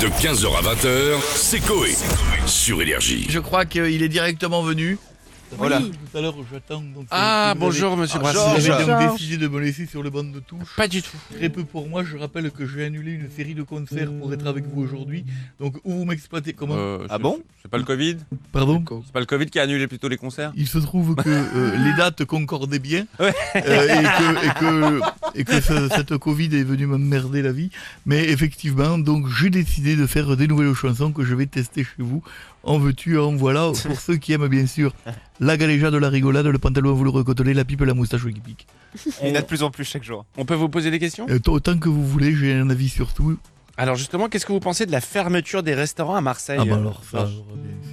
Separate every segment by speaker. Speaker 1: De 15h à 20h, c'est Coé. Sur Énergie.
Speaker 2: Je crois qu'il est directement venu.
Speaker 3: Voilà.
Speaker 2: Tout à l'heure, j'attends. donc,
Speaker 3: Ah,
Speaker 2: euh, vous
Speaker 3: bonjour, monsieur
Speaker 2: avez-
Speaker 3: Brassens. Eh
Speaker 2: Vous avez donc
Speaker 4: Bonjour.
Speaker 2: décidé de me laisser sur le banc de touche.
Speaker 3: Pas du tout.
Speaker 2: Très peu pour moi. Je rappelle que j'ai annulé une série de concerts pour être avec vous aujourd'hui. Donc, où vous m'exploitez comment
Speaker 5: Euh,
Speaker 3: Ah
Speaker 5: c'est-
Speaker 3: bon
Speaker 5: C'est pas le Covid
Speaker 2: Pardon
Speaker 5: C'est pas le Covid qui a annulé plutôt les concerts
Speaker 2: il se trouve que euh, les dates concordaient bien
Speaker 5: Ouais.
Speaker 2: euh, et que, et que- et que ce- cette Covid est venue m'emmerder la vie. Mais effectivement, donc j'ai décidé de faire des nouvelles chansons que je vais tester chez vous. En veux-tu, en voilà, pour ceux qui aiment bien sûr la galéja de la rigolade, le pantalon vous le recoteler, la pipe, la moustache qui pique.
Speaker 3: Et
Speaker 4: Il y en a de plus en plus chaque jour.
Speaker 3: On peut vous poser des questions
Speaker 2: Euh, t- autant que vous voulez, j'ai un avis sur tout.
Speaker 3: Alors justement, qu'est-ce que vous pensez de la fermeture des restaurants à Marseille
Speaker 2: Ah bah alors ça, alors, bien sûr.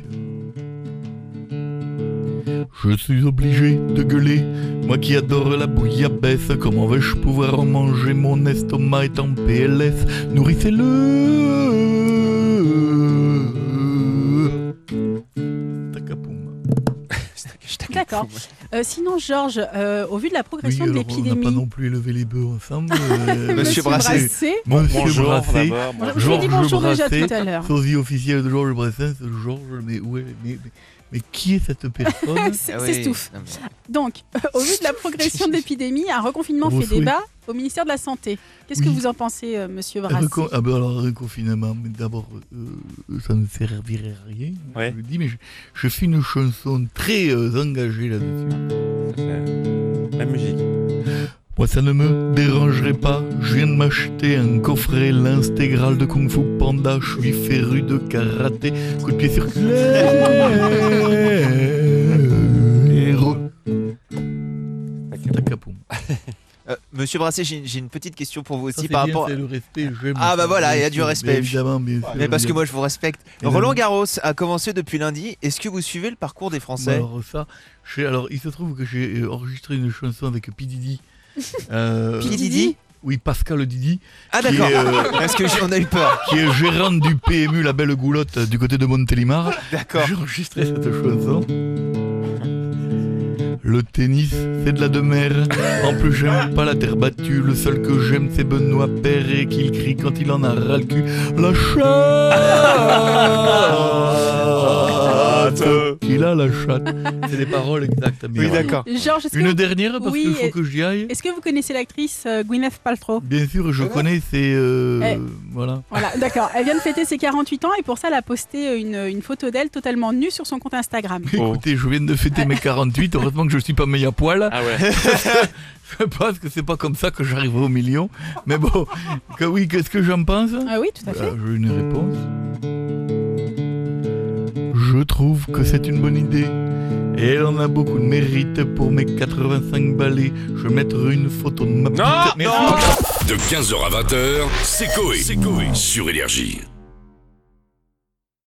Speaker 2: Je suis obligé de gueuler, moi qui adore la bouillabaisse. Comment vais-je pouvoir en manger Mon estomac est en PLS. Nourrissez-le Tacapoum.
Speaker 6: D'accord. Euh, sinon, Georges, euh, au vu de la
Speaker 2: Oui,
Speaker 6: progression
Speaker 2: alors
Speaker 6: de
Speaker 2: on n'a pas
Speaker 6: l'épidémie,
Speaker 2: non plus élevé les bœufs ensemble. euh,
Speaker 4: Monsieur Brassé.
Speaker 2: Monsieur
Speaker 3: Bonjour
Speaker 2: Brassé.
Speaker 3: d'abord.
Speaker 6: Voilà,
Speaker 3: bonjour.
Speaker 6: Je vous ai dit
Speaker 2: Georges
Speaker 6: bonjour déjà
Speaker 2: Brassé.
Speaker 6: tout à l'heure.
Speaker 2: Sosie officiel de Georges Brassens. Georges, mais où est, mais, mais- mais qui est cette personne
Speaker 6: Ah C'est c'est Stouff. Donc, euh, au vu de la progression de l'épidémie, un reconfinement
Speaker 2: Vos
Speaker 6: fait
Speaker 2: souhaits.
Speaker 6: débat au ministère de la Santé. Qu'est-ce que
Speaker 2: Oui.
Speaker 6: vous en pensez, euh, monsieur Brassé
Speaker 2: Recon- ah ben alors, reconfinement, mais d'abord, euh, ça ne servirait à rien,
Speaker 5: Ouais.
Speaker 2: je le dis, mais je, je fais une chanson très euh, engagée là-dessus.
Speaker 5: La musique.
Speaker 2: Moi, ça ne me dérangerait pas, je viens de m'acheter un coffret, l'intégrale de Kung Fu Panda, je suis féru de karaté, coup de pied circulaire. Tacapoum.
Speaker 4: Euh, Monsieur Brassé, j'ai j'ai une petite question pour vous
Speaker 2: Ça,
Speaker 4: aussi
Speaker 2: c'est
Speaker 4: par
Speaker 2: bien,
Speaker 4: rapport.
Speaker 2: c'est le respect, j'aime
Speaker 4: Ah,
Speaker 2: ça,
Speaker 4: bah voilà,
Speaker 2: bien
Speaker 4: il y a du
Speaker 2: sûr,
Speaker 4: respect.
Speaker 2: bien évidemment, bien sûr,
Speaker 4: Mais parce que
Speaker 2: bien
Speaker 4: moi je vous respecte.
Speaker 2: Et
Speaker 4: Roland
Speaker 2: donc-
Speaker 4: Garros a commencé depuis lundi. Est-ce que vous suivez le parcours des Français
Speaker 2: Bah, Alors ça, j'ai- alors il se trouve que j'ai euh, enregistré une chanson avec P Didi. Euh,
Speaker 4: P. Didi
Speaker 2: oui, Pascal Didi,
Speaker 4: Ah
Speaker 2: qui est,
Speaker 4: d'accord.
Speaker 2: euh,
Speaker 4: Parce que j'ai- on a eu peur.
Speaker 2: qui est gérant du PMU La Belle Goulotte euh, du côté de Montélimar.
Speaker 4: D'accord.
Speaker 2: J'ai enregistré cette chanson. Le tennis, c'est de la demeure. En plus, j'aime pas la terre battue. Le seul que j'aime, c'est Benoît Père et qu'il crie quand il en a ras le cul. La chatte Qu'il a la chatte. C'est les paroles exactes, mais
Speaker 4: Oui d'accord.
Speaker 6: Georges, est-ce que,
Speaker 2: Une
Speaker 6: vous-
Speaker 2: dernière, parce
Speaker 6: Oui,
Speaker 2: qu'il faut
Speaker 6: et-
Speaker 2: que j'y aille.
Speaker 6: est-ce que vous connaissez l'actrice euh, Gwyneth Paltrow
Speaker 2: Bien sûr, je connais, c'est. euh,
Speaker 6: Eh.
Speaker 2: Voilà.
Speaker 6: Voilà, d'accord. Elle vient de fêter ses 48 ans et pour ça, elle a posté une, une photo d'elle totalement nue sur son compte Instagram.
Speaker 5: Oh.
Speaker 2: Écoutez, je viens de fêter mes 48. Heureusement que je suis pas mis à poil.
Speaker 3: Ah ouais.
Speaker 2: Je pense que c'est pas comme ça que j'arriverai au million. Mais bon, que oui, qu'est-ce que j'en pense
Speaker 6: Ah oui, tout à fait.
Speaker 2: Voilà, J'ai une réponse. Je trouve que c'est une bonne idée. Et elle en a beaucoup de mérite pour mes 85 balais. Je vais mettre une photo
Speaker 3: Euh,
Speaker 2: de ma petite. Merci.
Speaker 1: De 15h à 20h, c'est Coé. Sur Énergie.